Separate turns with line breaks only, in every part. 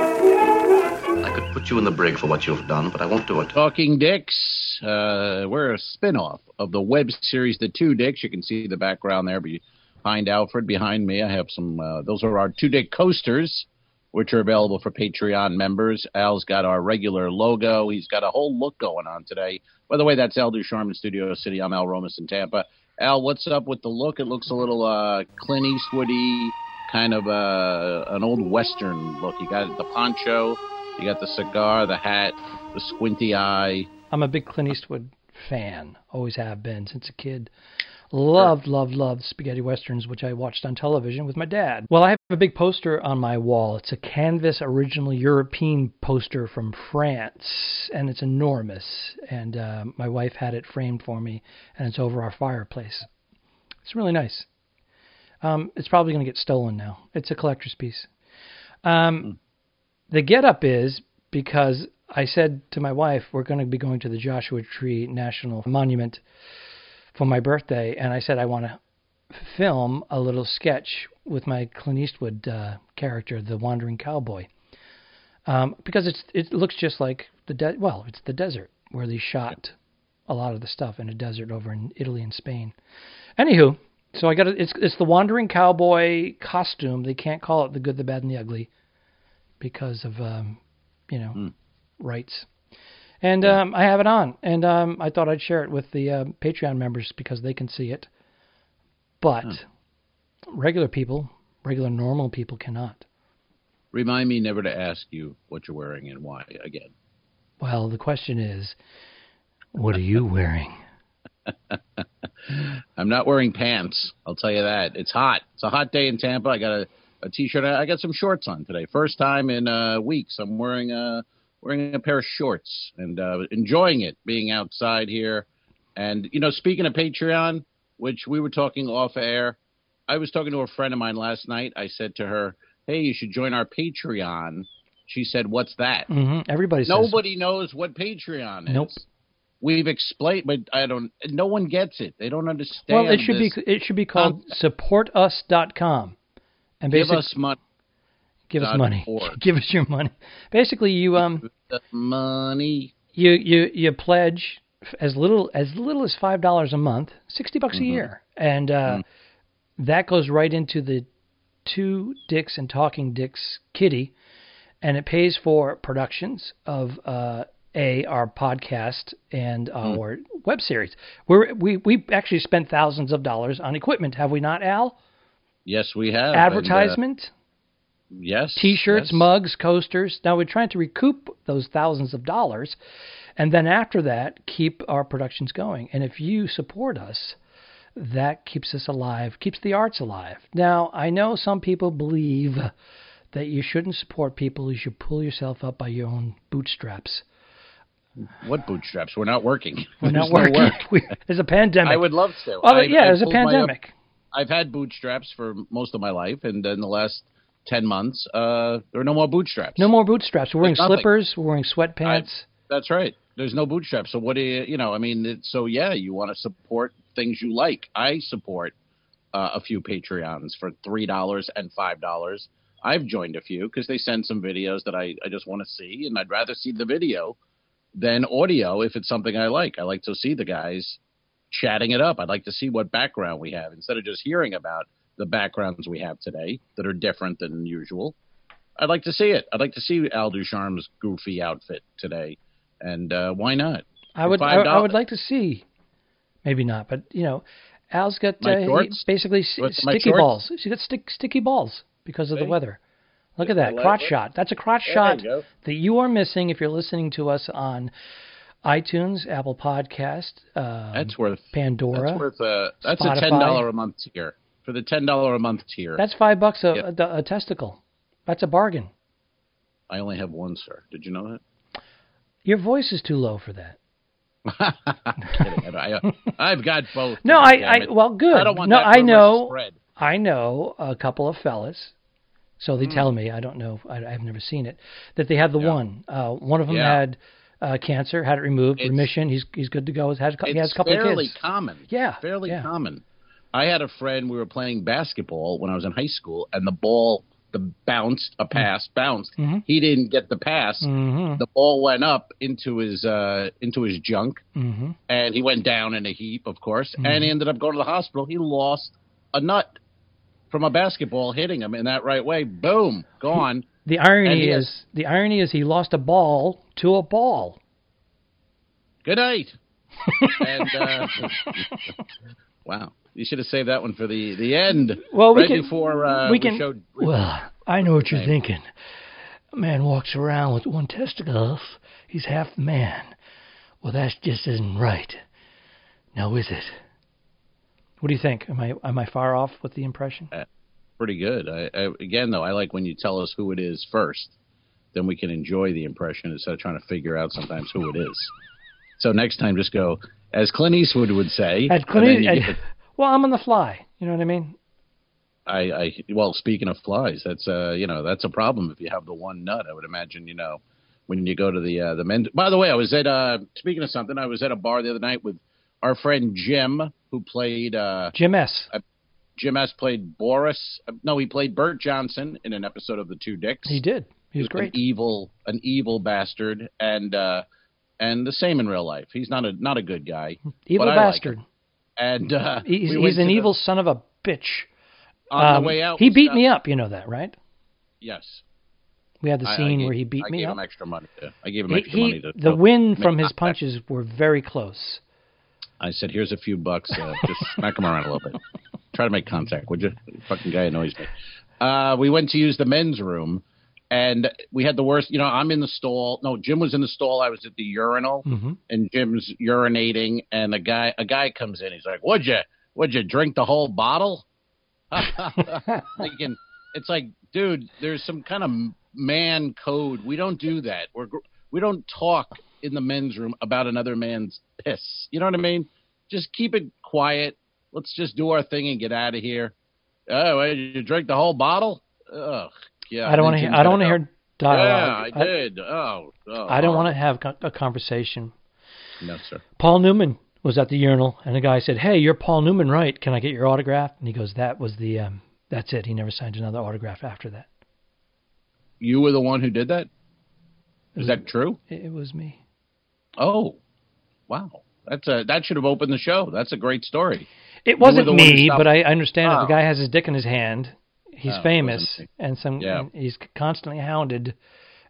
I could put you in the brig for what you've done, but I won't do it.
Talking Dicks. Uh, we're a spin-off of the web series The Two Dicks. You can see the background there behind Alfred, behind me. I have some. Uh, those are our Two Dick coasters, which are available for Patreon members. Al's got our regular logo. He's got a whole look going on today. By the way, that's Al Ducharme in Studio City. I'm Al Romas in Tampa. Al, what's up with the look? It looks a little uh, Clint Eastwoody, kind of uh, an old Western look. You got the poncho, you got the cigar, the hat, the squinty eye.
I'm a big Clint Eastwood fan. Always have been since a kid. Loved, loved, loved spaghetti westerns, which I watched on television with my dad. Well, I have a big poster on my wall. It's a canvas, original European poster from France, and it's enormous. And uh, my wife had it framed for me, and it's over our fireplace. It's really nice. Um, it's probably going to get stolen now. It's a collector's piece. Um, the get up is because I said to my wife, we're going to be going to the Joshua Tree National Monument for my birthday, and I said I want to film a little sketch with my Clint Eastwood uh, character, the Wandering Cowboy, um, because it's it looks just like the de- well, it's the desert where they shot a lot of the stuff in a desert over in Italy and Spain. Anywho, so I got it's it's the Wandering Cowboy costume. They can't call it the Good, the Bad, and the Ugly because of um, you know
Hmm.
rights. And um, I have it on, and um, I thought I'd share it with the uh, Patreon members because they can see it. But
Hmm.
regular people, regular normal people cannot.
Remind me never to ask you what you're wearing and why again.
Well, the question is, what are you wearing?
I'm not wearing pants. I'll tell you that. It's hot. It's a hot day in Tampa. I got a, a t-shirt. I I got some shorts on today. First time in uh, weeks. I'm wearing a wearing a pair of shorts and uh, enjoying it being outside here. And you know, speaking of Patreon, which we were talking off air, I was talking to a friend of mine last night. I said to her, "Hey, you should join our Patreon." She said, "What's that?"
hmm Everybody says
Mm-hmm. Nobody knows what Patreon is.
Nope.
We've explained, but I don't. No one gets it. They don't understand.
Well, it should
this.
be it should be called supportus.com, and
give
basically
us money.
give us money,
.org.
give us your money. Basically, you um.
The money.
you you you pledge f- as little as little as five dollars a month, sixty bucks a year, and uh, that goes right into the two dicks and talking dicks kitty, and it pays for productions of uh, a our podcast and our web series. We're, we we actually spent thousands of dollars on equipment, have we not, Al?
Yes, we have and, uh,
Advertisement,
yes.
T-shirts,
yes.
mugs, coasters. Now we're trying to recoup those thousands of dollars, and then after that, keep our productions going. And if you support us, that keeps us alive, keeps the arts alive. Now I know some people believe that you shouldn't support people; you should pull yourself up by your own bootstraps.
What bootstraps? We're not working.
We're not
There's no
working.
work.
We- there's a pandemic.
I would love to.
Oh,
I-
yeah,
I
there's a
pulled my up-
pandemic.
I've had bootstraps for most of my life, and in the last ten months, uh, there are no more bootstraps.
no more bootstraps. We're wearing
There's nothing.
slippers. We're wearing sweatpants.
That's right. There's no bootstraps. So what do you? You know, I mean, it, so yeah, you want to support things you like. I support uh, a few Patreons for three dollars and five dollars. I've joined a few because they send some videos that I, I just want to see, and I'd rather see the video than audio if it's something I like. I like to see the guys chatting it up. I'd like to see what background we have instead of just hearing about the backgrounds we have today that are different than usual. I'd like to see it. I'd like to see Al Ducharme's goofy outfit today, and uh, why not?
I would I,
$5.
I would like to see, maybe not, but you know, Al's got
My
uh, he-
shorts?
basically s-
What's my
sticky
shorts?
balls. She's got stick, sticky balls because of the
See?
weather. Look at
I
that
like
crotch
it.
shot. That's a crotch
There
shot
you go.
that you are missing if you're listening to us on iTunes, Apple Podcast, um,
That's worth
Pandora.
That's worth a that's a
Spotify.
ten dollar a month tier for the ten dollar a month tier.
That's five bucks a,
Yeah.
a, a testicle. That's a bargain.
I only have one, sir. Did you know that?
Your voice is too low for that.
Kidding. I, I, have got both.
No,
God
I,
damn
I
it.
well, good.
I don't want
no,
that
I
rumor
know.
spread.
I know a couple of fellas, so
Hmm.
they tell me. I don't know. I, I've never seen it. That they have the one. Uh, one of them
Yeah.
had uh, cancer, had it removed,
It's-
remission. He's he's good to go. He's had a cou- he
It's
has a couple of
fairly
kids.
common.
Yeah,
fairly
yeah.
common. I had a friend. We were playing basketball when I was in high school, and the ball, the bounced a
Mm.
pass, bounced.
Mm-hmm.
He didn't get the pass. The ball went up into his uh, into his junk,
Mm-hmm,
and he went down in a heap, of course, and he ended up going to the hospital. He lost a nut from a basketball hitting him in that right way. Boom, gone.
The irony
And yes.
is the irony is he lost a ball to a ball.
Good night. and uh, wow, you should have saved that one for the the end.
Well, we
right
can-
before uh,
we can.
showed
well, I know what you're thinking. A man walks around with one testicle. off. He's half the man. Well, that just isn't right. Now, is it? What do you think? Am I am I far off with the impression?
pretty good. I, I, again, though, I like when you tell us who it is first. Then we can enjoy the impression instead of trying to figure out sometimes who it is. So next time, just go as Clint Eastwood would say. and
At
then
Clint,
you
at-
get
well, I'm on the fly. You know what I mean?
the- I, I, well, speaking of flies, that's uh, you know, that's a problem if you have the one nut. I would imagine, you know, when you go to the uh, the men. By the way, I was at uh, speaking of something. I was at a bar the other night with our friend Jim, who played uh,
Jim S.
Jim S. played Boris. No, he played Bert Johnson in an episode of The Two Dicks.
He did. He was great.
An e-, evil, an evil bastard, and uh, and the same in real life. He's not a not a good guy.
Evil
but I like
bastard.
him. and uh,
He's,
we went
he's
to
an
the-
evil son of a bitch.
on
Um,
the way out.
he
we
beat
stopped-
me up. You know that, right?
Yes,
We had the
I- I
scene
gave-
where he beat
I
me
gave
up.
him extra money. To, I gave him
He-
extra
he-
money to
the
to
win
make
from his
contact.
punches were very close.
I said, "Here's a few bucks. Uh, just smack him around a little bit. Try to make contact, would you? Fucking guy annoys me." Uh, we went to use the men's room, and we had the worst. You know, I'm in the stall. No, Jim was in the stall. I was at the urinal,
Mm-hmm.
and Jim's urinating, and a guy a guy comes in. He's like, "Would you? Would you drink the whole bottle?" Thinking, it's like, dude, there's some kind of man code. We don't do that. We're gr- we don't talk in the men's room about another man's piss. You know what I mean? Just keep it quiet. Let's just do our thing and get out of here. Oh, well, you drink the whole bottle? Ugh. Yeah.
I don't want to.
then
hear.
Jim's
I don't want
gonna
to hear
go,
dialogue.
Yeah, I did. oh, oh,
I don't want to have co- a conversation.
to. No, sir.
Paul Newman was at the urinal, and a guy said, "Hey, you're Paul Newman, right? Can I get your autograph?" And he goes, "That was the. Um, that's it. He never signed another autograph after that.
You were the one who did that. Is that true?
It, it was me.
Oh, wow. That's a, that should have opened the show. That's a great story.
It wasn't
the one who
me,
stopped-
but I understand that
Oh.
the guy has his dick in his hand. He's
Oh, it
famous,
wasn't
and some
Yeah.
and he's constantly hounded,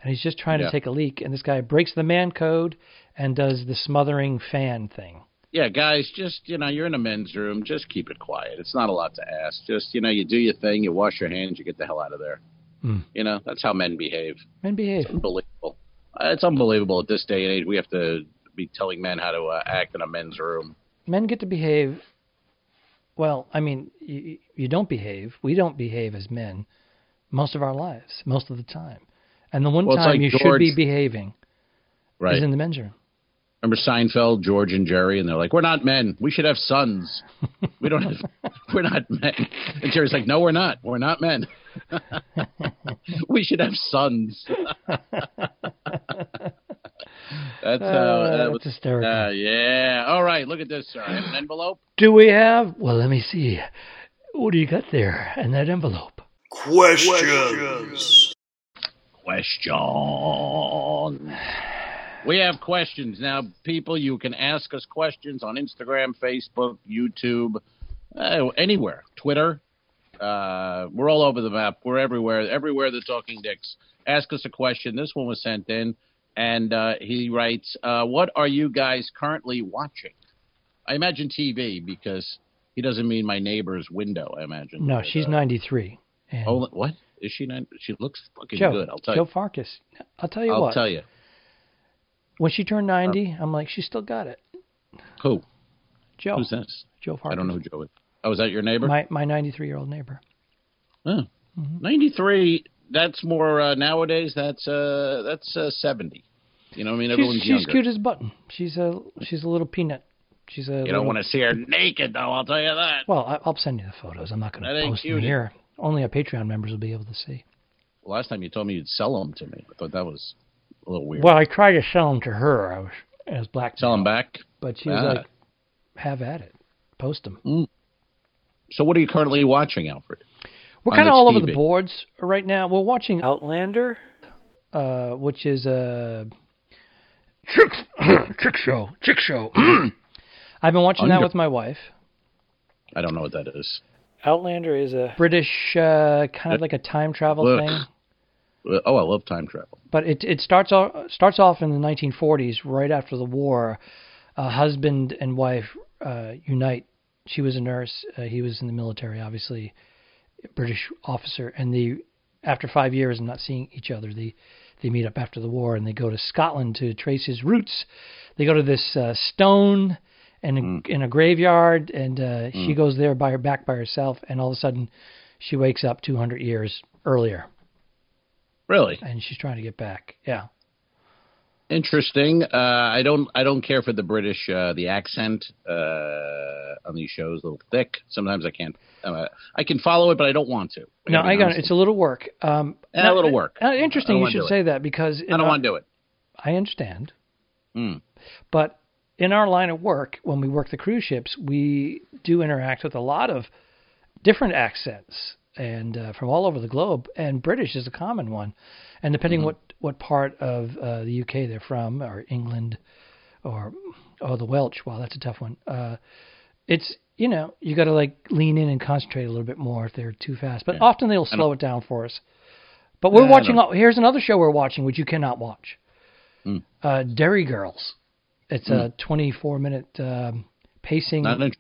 and he's just trying
Yeah.
to take a leak. And this guy breaks the man code and does the smothering fan thing.
yeah, guys, just you know, you're in a men's room. Just keep it quiet. It's not a lot to ask. Just you know, you do your thing, you wash your hands, you get the hell out of there. You know, that's how men behave.
Men behave.
Unbelievable. Uh, It's unbelievable at this day and age. We have to be telling men how to uh, act in a men's room.
men get to behave. Well, I mean, you, you don't behave. We don't behave as men most of our lives, most of the time. And the one
Well, it's
time
like
you should
George-
be behaving
Right.
is in the men's room.
Remember Seinfeld, George and Jerry, and they're like, "We're not men. We should have sons. We don't have. we're not men." And Jerry's like, "No, we're not. We're not men. we should have sons." that's uh, that
that's
was-
hysterical.
Uh, yeah. All right. Look at this, sir. I have an envelope.
Do we have? Well, let me see. What do you got there in that envelope?
Questions.
Question. We have questions now, people. You can ask us questions on Instagram, Facebook, YouTube, uh, anywhere, Twitter. Uh, we're all over the map. We're everywhere. Everywhere the Talking Dicks. Ask us a question. This one was sent in, and uh, he writes, uh, "What are you guys currently watching?" I imagine TV because he doesn't mean my neighbor's window. I imagine.
No,
But,
she's
uh,
93. And
Oh, what is she? Not, she looks fucking
Joe,
good. I'll tell
Joe
you.
Farkas. I'll tell you
I'll
what.
tell you. Uh,
When she turned 90, I'm like, she still got it.
Who?
Joe.
Who's this?
Joe Farkas.
I don't know who Joe is. Oh, is that your neighbor?
Oh, My my 93 year old neighbor.
Huh. 93. That's more uh, nowadays. That's uh, that's uh, 70. You know, what I mean, everyone's
she's, she's
younger.
cute as a button. She's a she's a little peanut. She's a.
You don't want to see her naked, though. I'll tell you that.
Well, I, I'll send you the photos. I'm not going
That
to
ain't
post them
cute.
here. Only our Patreon members will be able to see.
Last time you told me you'd sell them to me. I thought that was a little weird.
Well, I tried to sell them to her. I was as black,
Sell them back.
but she was
Ah.
like, "Have at it, post them."
So what are you currently watching, Alfred?
We're
on
kind of
the
all over the
TV.
boards right now. We're watching Outlander, uh, which is a chick chick show. Chick show. I've been watching that
Under-
with my wife.
I don't know what that is.
Outlander is a
British, uh, kind of like a time travel
Look.
thing.
Uh, Oh, I love time travel.
But it it starts off starts off in the 1940s, right after the war. A husband and wife uh, unite. She was a nurse. Uh, he was in the military, obviously, a British officer. And they, after five years of not seeing each other, they they meet up after the war and they go to Scotland to trace his roots. They go to this uh, stone and a, in a graveyard, and uh, she goes there by her back by herself. And all of a sudden, she wakes up 200 years earlier,
Really
and she's trying to get back. Yeah.
interesting. Uh, I don't I don't care for the British uh, the accent uh, on these shows. A little thick. Sometimes I can't. Uh, I can follow it, but I don't want to.
No,
gotta be
I got
honest.
it. It's a little work. Um,
Eh, a
not-
little work.
uh,
I
interesting.
don't
You
wanna do
should
it.
say that because in
I don't
our-
want to do it.
I understand,
Mm.
but in our line of work, when we work the cruise ships, we do interact with a lot of different accents and uh, from all over the globe. And British is a common one, and
Mm-hmm.
depending what what part of uh, the UK they're from, or England, or oh the Welsh. Wow, that's a tough one. Uh, it's you know you got to like lean in and concentrate a little bit more if they're too fast. But often they'll slow it down for us. But we're
Yeah, I
watching.
don't-
Here's another show we're watching, which you cannot watch.
Mm.
Uh, Dairy Girls. It's a 24 minute um,
Hmm.
pacing.
Not Uh, interesting.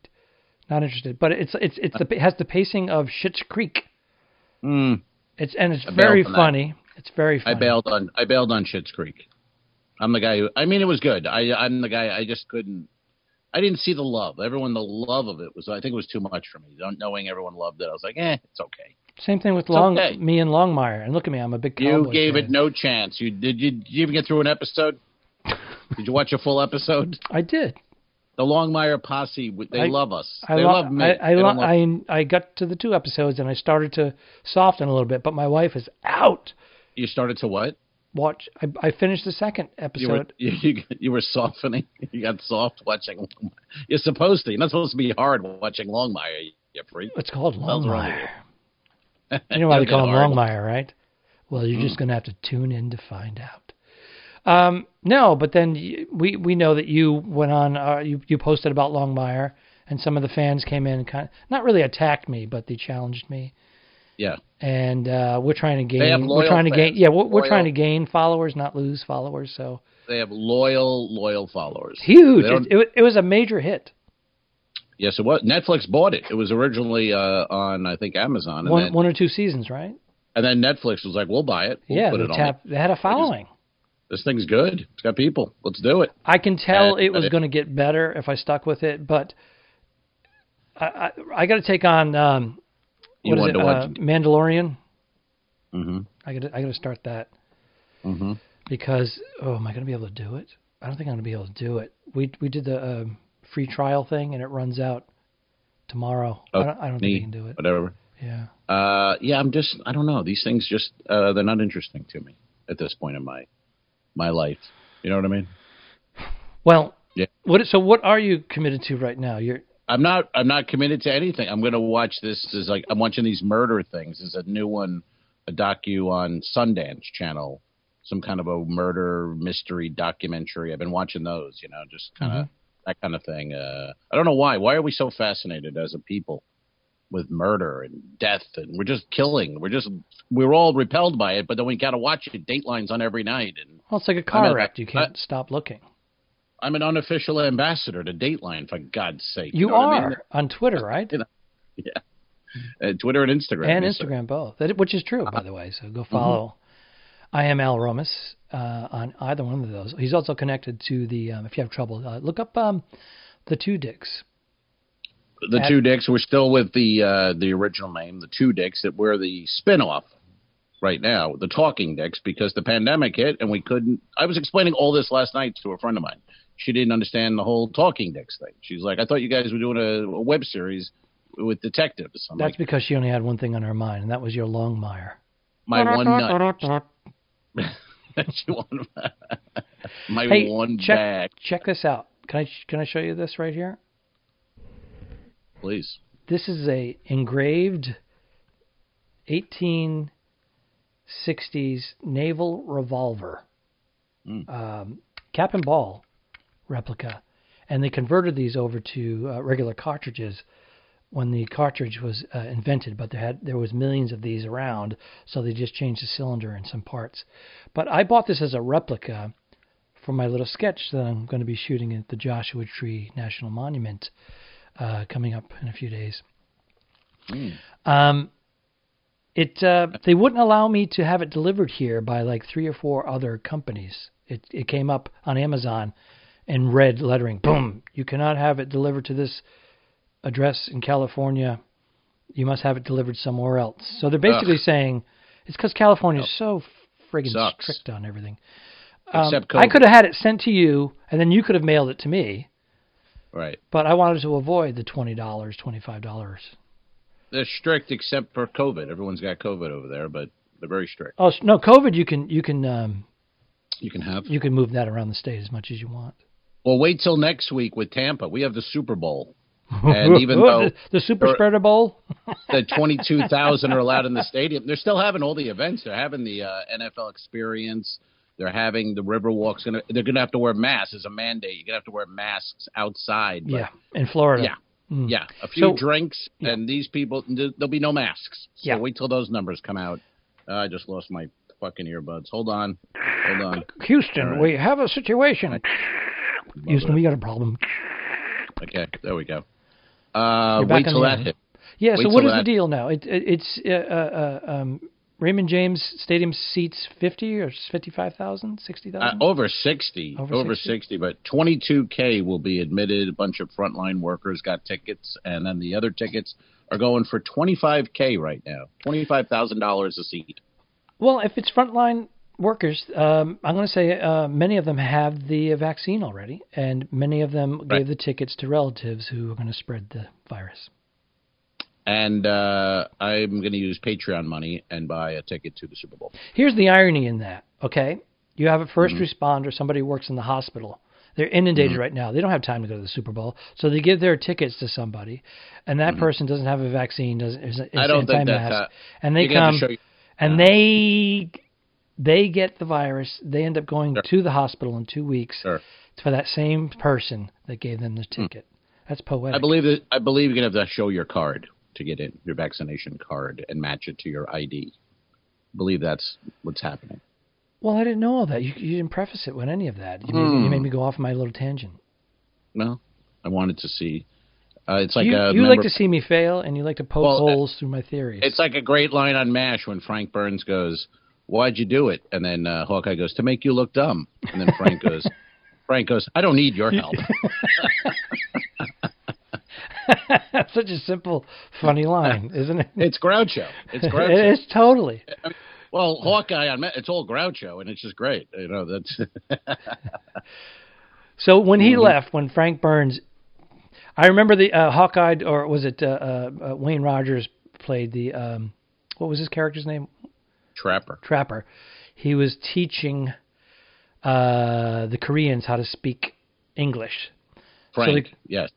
Not interested. But it's it's it's the it has the pacing of Schitt's Creek.
Mm.
It's and it's
I bailed
very
on that.
funny. It's very
I
funny.
bailed on I bailed on Shit's Creek. I'm the guy who I mean it was good. I I'm the guy I just couldn't I didn't see the love. Everyone the love of it was I think it was too much for me. Don't knowing everyone loved it. I was like, "Eh, it's okay."
Same thing with Long
okay.
me and Longmire. And look at me, I'm a big
You
Cowboys
gave it
fan.
no chance. You did you, did you even get through an episode? did you watch a full episode?
I did.
The Longmire posse, w- they
I-
love us.
I
they
lo-
love me.
I I,
They
lo-
don't love-
I I got to the two episodes and I started to soften a little bit, but my wife is out.
you started to what?
Watch. I, I finished the second
You were
episode.
you, you, you were softening. You got soft watching. Longmire. You're supposed to. You're not supposed to be hard watching Longmire. You freak.
It's called
hell's wrong with
Longmire. You know why they
Okay,
call him
all right.
Longmire, right? Well, you're
Mm.
just going to have to tune in to find out. Um, no, but then y- we we know that you went on. Uh, you you posted about Longmire, and some of the fans came in and kind of not really attacked me, but they challenged me.
Yeah.
And uh, we're trying to gain.
have
we're
loyal
trying to gain.
fans.
Yeah, we're, we're trying to
Loyal.
gain followers, not lose followers. So
They have loyal, loyal followers.
huge.
They
It,
don't-
it, wa- it was a major hit.
yes, it was. Netflix bought it. It was originally uh, on, I think, Amazon, and,
One
then,
one or two seasons, right?
and then Netflix was like, "We'll buy it. We'll
yeah,
put
they,
it on.
tap, they had a following.
This thing's good. It's got people. Let's do it."
I can tell
And-
it was
and-
going to get better if I stuck with it, but I I, I got to take on um,
You
what
wanted
is it,
to
uh,
watch it.
Mandalorian.
Mhm.
I got I got to start that
Mhm.
because oh, am I going to be able to do it? I don't think I'm going to be able to do it. We we did the um, free trial thing and it runs out tomorrow. I don't, I don't think
Neat.
I can do it.
Whatever.
Yeah.
Uh, yeah, I'm just. I don't know. These things just uh, they're not interesting to me at this point in my my life. You know what I mean?
Well,
Yeah.
what so what are you committed to right now? You're
I'm not. I'm not committed to anything. I'm going to watch this. Is like I'm watching these murder things. There's a new one, a docu on Sundance Channel, some kind of a murder mystery documentary. I've been watching those. You know, just kind of
Mm-hmm.
that kind of thing. Uh, I don't know why. Why are we so fascinated as a people with murder and death and we're just killing? We're just we're all repelled by it, but then we got to watch it. Datelines on every night, and
well, it's like a car
at-
wreck. You can't stop looking.
I'm an unofficial ambassador to Dateline for God's sake.
You
know what I
are
mean?
on Twitter, right?
Uh, Twitter and Instagram
and
Yes, sir.
Instagram both, that, which is true, by the way. So go follow. I am Al Romas uh, on either one of those. He's also connected to the. Um, if you have trouble, uh, look up um, the Two Dicks.
the
At-
two dicks we're still with the uh the original name the two dicks that we're the spin-off right now the talking dicks because the pandemic hit and we couldn't i was explaining all this last night to a friend of mine she didn't understand the whole talking dicks thing she's like i thought you guys were doing a, a web series with detectives i'm
That's
like
because she only had one thing on her mind, and that was your Longmire.
my one nut She wanted- my
Hey,
one
check
bag
check this out. Can I can I show you this right here?
please
This is a engraved 1860s naval revolver, um, cap and ball replica, and they converted these over to uh, regular cartridges when the cartridge was uh, invented. But there had there was millions of these around, so they just changed the cylinder and some parts. But I bought this as a replica for my little sketch that I'm going to be shooting at the Joshua Tree National Monument uh, coming up in a few days. Um, it uh, they wouldn't allow me to have it delivered here by like three or four other companies. It it came up on Amazon in red lettering. Boom! You cannot have it delivered to this address in California. You must have it delivered somewhere else. So they're basically saying it's because California is so friggin'
Sucks.
strict on everything.
Except
Um, I
COVID.
could have had it sent to you, and then you could have mailed it to me.
Right.
But I wanted to avoid the twenty dollars, twenty five dollars.
They're strict except for COVID. Everyone's got COVID over there, but they're very strict.
Oh s- no, COVID! You can you can um,
You can have.
you can move that around the state as much as you want.
Well, wait till next week with Tampa. We have the Super Bowl. And even though
the, the Super
or-
Spreader Bowl,
the 22,000 are allowed in the stadium, they're still having all the events. They're having the uh, NFL experience. They're having the Riverwalks. Gonna, they're going to have to wear masks. It's a mandate. You're going to have to wear masks outside. but-
yeah, in Florida,
Yeah. Yeah. A few
So-
drinks, and these people, th- there'll be no masks. So
Yeah.
wait till those numbers come out. Uh, I just lost my fucking earbuds. Hold on. Hold on.
Houston, we have a situation. Houston, we got a problem.
Okay. There we go. Uh,
You're back
wait
on
till
the
that
air.
hit.
Yeah.
Wait
so what
till
is the
that-
deal now? It, it it's uh, uh, uh, um, Raymond James Stadium seats fifty or fifty five thousand, sixty
Uh,
thousand.
over 60.
Um, Over
Over,
60?
60? but 22K will be admitted. A bunch of frontline workers got tickets, and then the other tickets are going for 25K right now. $25,000 a seat.
Well, if it's frontline workers, um, I'm going to say uh, many of them have the vaccine already, and many of them
Right.
gave the tickets to relatives who are going to spread the virus.
And uh, I'm going to use Patreon money and buy a ticket to the Super Bowl.
Here's the irony in that, okay? You have a 1st
Mm-hmm.
responder, somebody who works in the hospital. They're inundated right now. They don't have time to go to the Super Bowl, so they give their tickets to somebody, and that person doesn't have a vaccine, doesn't is, is
Mm-hmm. I don't think that's
anti-mask,
how-
and they
You're gonna have
come
to show you-
and they they get the virus. They end up going to the hospital in two weeks
Sure. Hmm.
for that same person that gave them the ticket. That's poetic.
I believe that I believe you're going to have to show your card to get in, your vaccination card, and match it to your ID. believe that's what's happening.
well, I didn't know all that. You, you didn't preface it with any of that. You, made,
Hmm.
you made me go off my little tangent.
No, I wanted to see. Uh, it's like
you
a
you like
member-
to see me fail, and you like to poke
Well, uh,
holes through my theories.
It's like a great line on MASH when Frank Burns goes, "Why'd you do it?" And then uh, Hawkeye goes, "To make you look dumb." And then Frank goes, "Frank goes, I don't need your help."
Such a simple, funny line, isn't it?
it's Groucho. It's Groucho.
it is totally.
well, Hawkeye on Ma- it's all Groucho, and it's just great. You know that's
So when he left, when Frank Burns, I remember the uh, Hawkeye, or was it uh, uh, uh, Wayne Rogers played the um, what was his character's name?
Trapper.
Trapper. He was teaching uh, the Koreans how to speak English,
Frank.
the-
yes.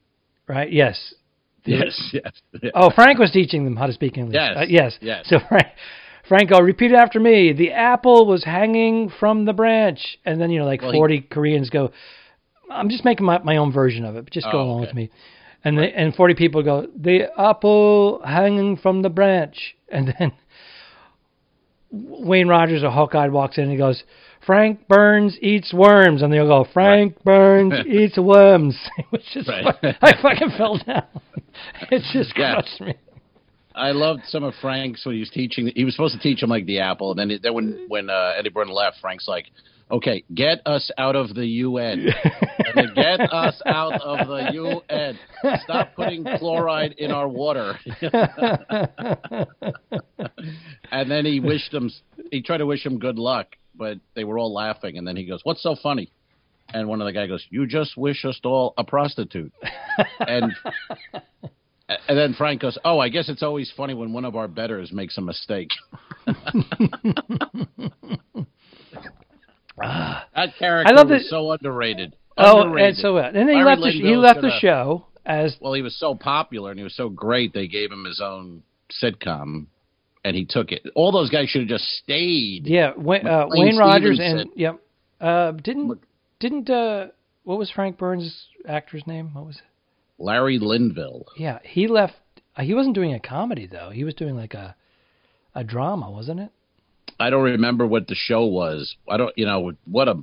right? Yes.
Yes. Yes. yes.
Oh, Frank was teaching them how to speak English.
Yes,
Uh, yes.
yes.
So Frank, Franco, repeat after me. The apple was hanging from the branch, and then you know, like
Well, he-
forty Koreans go. I'm just making my, my own version of it, but just go
Oh,
along
okay.
with me. And they, and forty people go. The apple hanging from the branch, and then Wayne Rogers or Hawkeye walks in and he goes. Frank Burns eats worms, and they'll go. Frank Burns eats worms, which is
Right.
I fucking fell down. It just
Yeah.
crushed me.
I loved some of Frank's when he was teaching. He was supposed to teach him like the apple, and then then when when uh, Eddie Byrne left, Frank's like, "Okay, get us out of the UN. And then, get us out of the UN. Stop putting fluoride in our water." and then he wished him. He tried to wish him good luck, but they were all laughing. And then he goes, "What's so funny?" And one of the guy goes, "You just wish us all a prostitute." and and then Frank goes, "Oh, I guess it's always funny when one of our betters makes a mistake." that character
I love
was
that-
so underrated.
Oh,
Underrated.
and so what? And then he
Larry
left. The,
Linville
he left
should
the
have-
show as
Well, he was so popular and he was so great, they gave him his own sitcom, and he took it. All those guys should have just stayed.
yeah, Wayne, uh,
McLean
Wayne Rogers and
Stevenson.
yep. Uh, didn't
Mc-
didn't uh, what was Frank Burns' actor's name? What was it?
Larry Linville.
Yeah, he left. uh, He wasn't doing a comedy though. He was doing like a a drama, wasn't it?
I don't remember what the show was. I don't, you know, what a.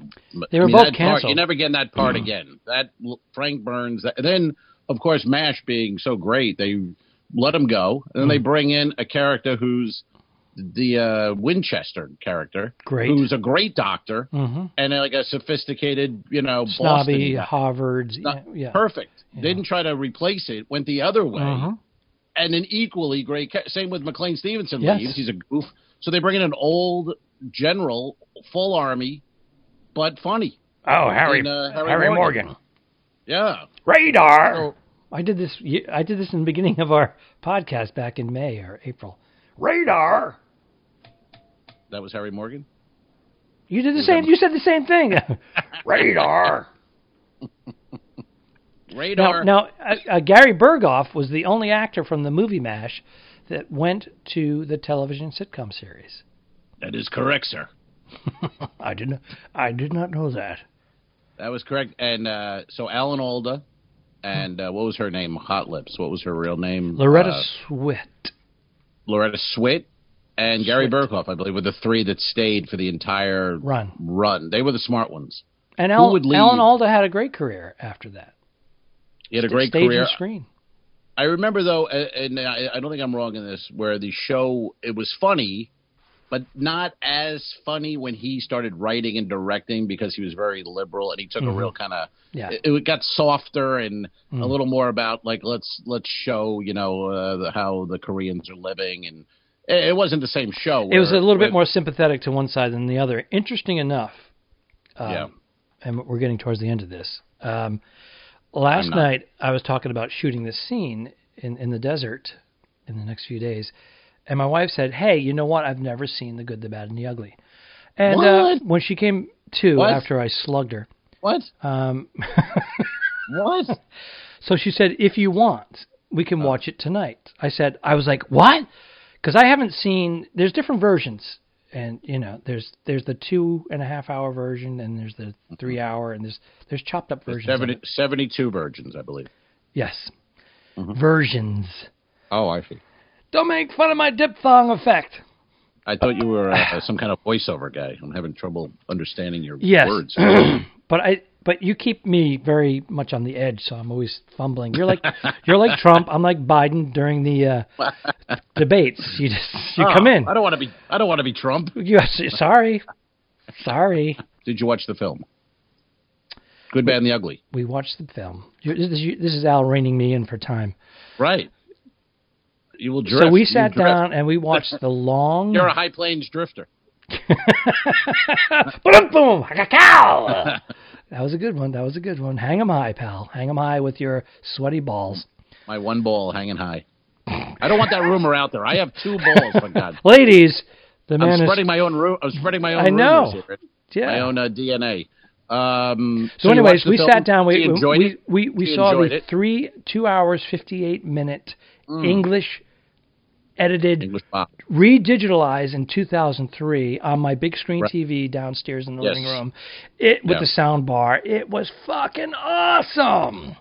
They
I
were
mean, that
both
part-
canceled.
you never get that part again. That Frank Burns. That, then, of course, Mash being so great, they let him go, and
Mm.
then they bring in a character who's the uh, Winchester character,
Great.
who's a great doctor
Mm-hmm.
and like a sophisticated, you know,
Snobby
Boston.
Harvard.
Not-
yeah, yeah. Uh-huh.
Perfect. Didn't try to replace it. Went the other way.
Mm-hmm.
And an equally great. Ca- same with McLean Stevenson
Yes.
leaves. He's a goof. So they bring in an old general, full army, but funny.
Oh, Harry,
And, uh, Harry
Harry,
Morgan.
Morgan.
Yeah.
Radar.
I did this. ye- I did this in the beginning of our podcast back in May or April.
Radar.
That was Harry Morgan.
You did the same. You said the same thing.
Radar.
Radar.
now, now uh, uh, Gary Berghoff was the only actor from the movie Mash that went to the television sitcom series.
That is correct, sir.
I didn't. I did not know that.
That was correct. And uh, so Alan Alda and uh, what was her name? Hot Lips. What was her real name?
Loretta
Uh,
Swit.
Loretta Swit and Gary Burkhoff, I believe, were the three that stayed for the entire
Run.
run. They were the smart ones.
And Alan,
would leave?
Alan Alda had a great career after that.
He had a great
Stage
career.
and screen.
I remember though, a- and I I don't think I'm wrong in this, where the show it was funny, but not as funny when he started writing and directing because he was very liberal and he took a
Mm-hmm.
real kind of
Yeah.
it, it got softer and a
Mm.
little more about like let's let's show you know uh, the, how the Koreans are living and it, it wasn't the same show.
It was a
where-
little bit
where-
more sympathetic to one side than the other. Interesting enough, um,
yeah.
and we're getting towards the end of this. Um, last
I'm not.
night, I was talking about shooting this scene in, in the desert in the next few days, and my wife said, "Hey, you know what? I've never seen The Good, the Bad, and the Ugly." And Uh,
What?
when she came to
What?
after I slugged her,
What?
um,
What?
So she said, if you want, we
Oh.
can watch it tonight. I said, I was like, what? Because I haven't seen. There's different versions, and you know, there's there's the two and a half hour version, and there's the
Mm-hmm.
three hour, and there's there's chopped up versions. of
70,
it.
72 virgins, I Mm-hmm. believe.
Yes, versions.
Oh, I see.
Don't make fun of my diphthong effect.
I thought you were uh, some kind of voiceover guy. I'm having trouble understanding your
Yes.
words.
But I but you keep me very much on the edge, so I'm always fumbling. You're like you're like Trump. I'm like Biden during the uh, debates. You just you come
Oh,
in.
I don't want to be. I don't want to be Trump.
You sorry, sorry.
Did you watch the film? Good, bad, and the ugly.
We watched the film. You- This is, you- this is Al reining me in for time.
Right. You will drift.
so we
You
sat
drift.
down and we watched the long.
You're a high plains drifter.
Boom, boom, ha-ka-kow. That was a good one. That was a good one. Hang 'em high, pal. Hang 'em high with your sweaty balls.
My one ball hanging high. I don't want that rumor out there. I have two balls. My God,
Ladies, the
I'm
man
spreading
is.
my own. Ru- I'm spreading my own.
I know.
Rumors here.
Yeah.
My own uh, DNA. Um,
So,
you watched
anyways,
the
we
film?
sat down. We
You enjoyed
we,
it?
we we
She
saw
enjoyed
the
it. Mm.
three two hours fifty eight minute English edited
English pop.
redigitalized in 2003 on my big screen
Right.
TV downstairs in the
Yes.
living room. It with
Yeah.
the sound bar. It was fucking awesome.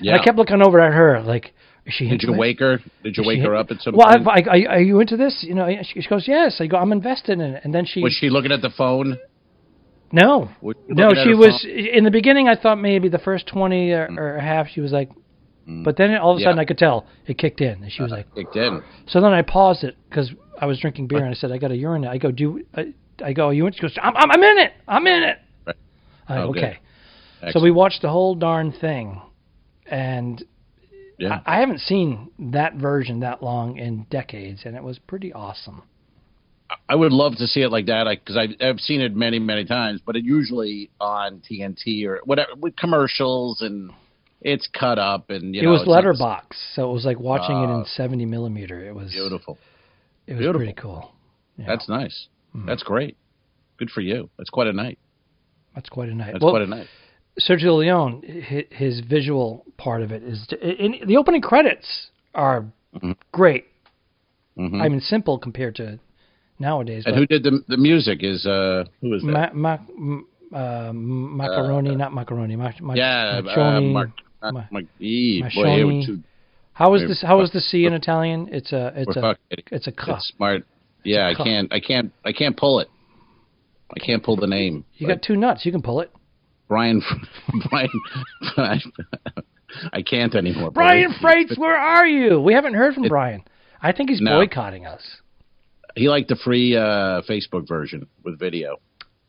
Yeah.
And I kept looking over at her like, is she?
Did you wake her? Did you wake her up at some
Well,
point?
I've, I, I, are you into this? You know, she, she goes, yes. I go, I'm invested in it. And then she,
Was she looking at the phone?
no,
Was she
no,
looking at
she
her Mm.
was in the beginning. I thought maybe the first 20 or, or half, she was like, but then all of a
Yeah. Uh-huh.
sudden I could tell it kicked in, and she was like,
Kicked in.
So then I paused it because I was drinking beer and I said, I got to urinate. I go, do I, I go, you? in?" She goes, I'm, I'm, I'm in it. I'm in it.
Right.
I go,
Oh, good.
okay. So we watched the whole darn thing, and
Yeah.
I haven't seen that version that long in decades, and it was pretty awesome.
I would love to see it like that because I've, I've seen it many, many times, but it usually on TNT or whatever with commercials and it's cut up and you
it
know
was
it's not the same.
letterbox, so it was like watching it in 70 millimeter. It was
Beautiful.
It was
beautiful.
pretty cool.
That's Mm-hmm. nice. That's great. Good for you. That's quite a night.
That's quite a night.
That's
well,
quite a night.
Sergio Leone, hi- his visual part of it is in the opening credits are
Mm-hmm.
great. I mean, simple compared to nowadays.
And
but
who did the the music? Is uh who is that?
ma- ma- m- uh, macaroni, not macaroni. Ma- ma-
yeah, uh,
maccioni.
Mark. Uh,
Ma-
Mark- ee, boy, it was
Machoni.
too-
How is this? How is the C in Italian? It's a. It's
we're
a.
fucking-
It's a.
it's
Cuss.
smart. Yeah, I
cuff.
can't. I can't. I can't pull it. I can't pull the name.
You got two nuts. You can pull it.
Brian. Brian. I, I can't anymore.
Brian
Billy.
Freitz, where are you? We haven't heard from Brian. I think he's
No.
boycotting us.
He liked the free uh, Facebook version with video.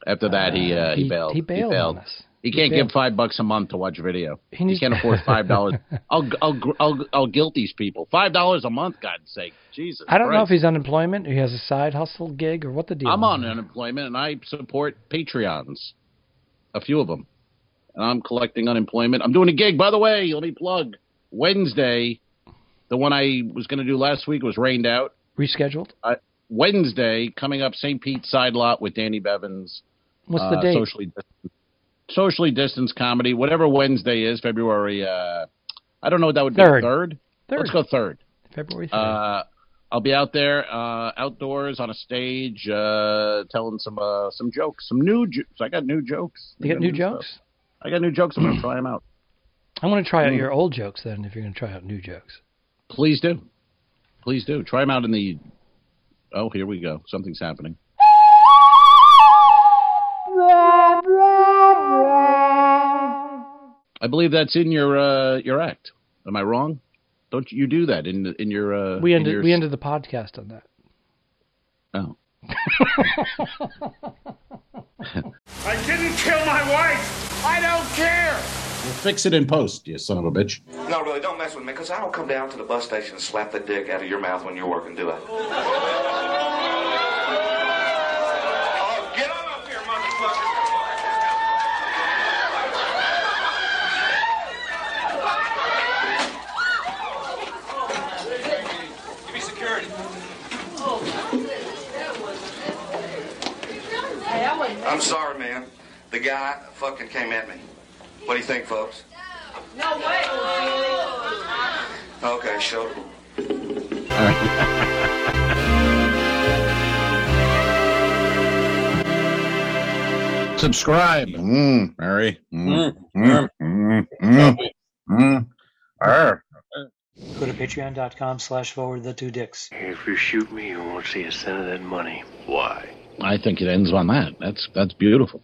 After that, he, uh, he
he-
bailed.
he bailed on us.
He can't
bailed.
give five bucks a month to watch video. He,
needs-
can't afford five dollars. I'll, I'll I'll I'll guilt these people. Five dollars a month, God's sake, Jesus.
I don't know if
Christ.
he's unemployment. Or he has a side hustle gig or what the deal.
I'm
is.
on unemployment and I support Patreons, a few of them, and I'm collecting unemployment. I'm doing a gig, by the way. Let me plug Wednesday. The one I was going to do last week was rained out.
rescheduled.
I, Wednesday coming up, St. Pete's side lot with Danny Bevins.
What's
uh,
the date?
Socially, distant- socially distanced comedy, whatever Wednesday is, February. Uh, I don't know what that would
Third.
be. Third.
Third.
Let's go third.
February. 3rd.
Uh, I'll be out there uh, outdoors on a stage, uh, telling some uh, some jokes, some new. Jo- so I got new jokes.
you
I
got new
stuff.
jokes.
I got new jokes. I'm gonna try them out.
I'm going to try
Mm.
out your old jokes then. If you're going to try out new jokes,
Please do, please do. Try them out in the. Oh, here we go. Something's happening. I believe that's in your uh, your act. Am I wrong? Don't you do that in in your? Uh,
we
in
ended
your-
we ended the podcast on that.
Oh.
I didn't kill my wife. I don't care.
Fix it in post, you son of a bitch.
No, really, don't mess with me, because I don't come down to the bus station and slap the dick out of your mouth when you're working, do I? Oh, get on up here, motherfucker.
Give me security.
I'm sorry, man. The guy fucking came at me. What do you think, folks?
No way.
Okay, show
All
them.
right. Subscribe. Mm, Mary. Mm, mm, mm, mm, mm. Arr.
Go to patreon.com slash forward the two dicks.
If you shoot me, you won't see a cent of that money. Why?
I think it ends on that. That's that's beautiful.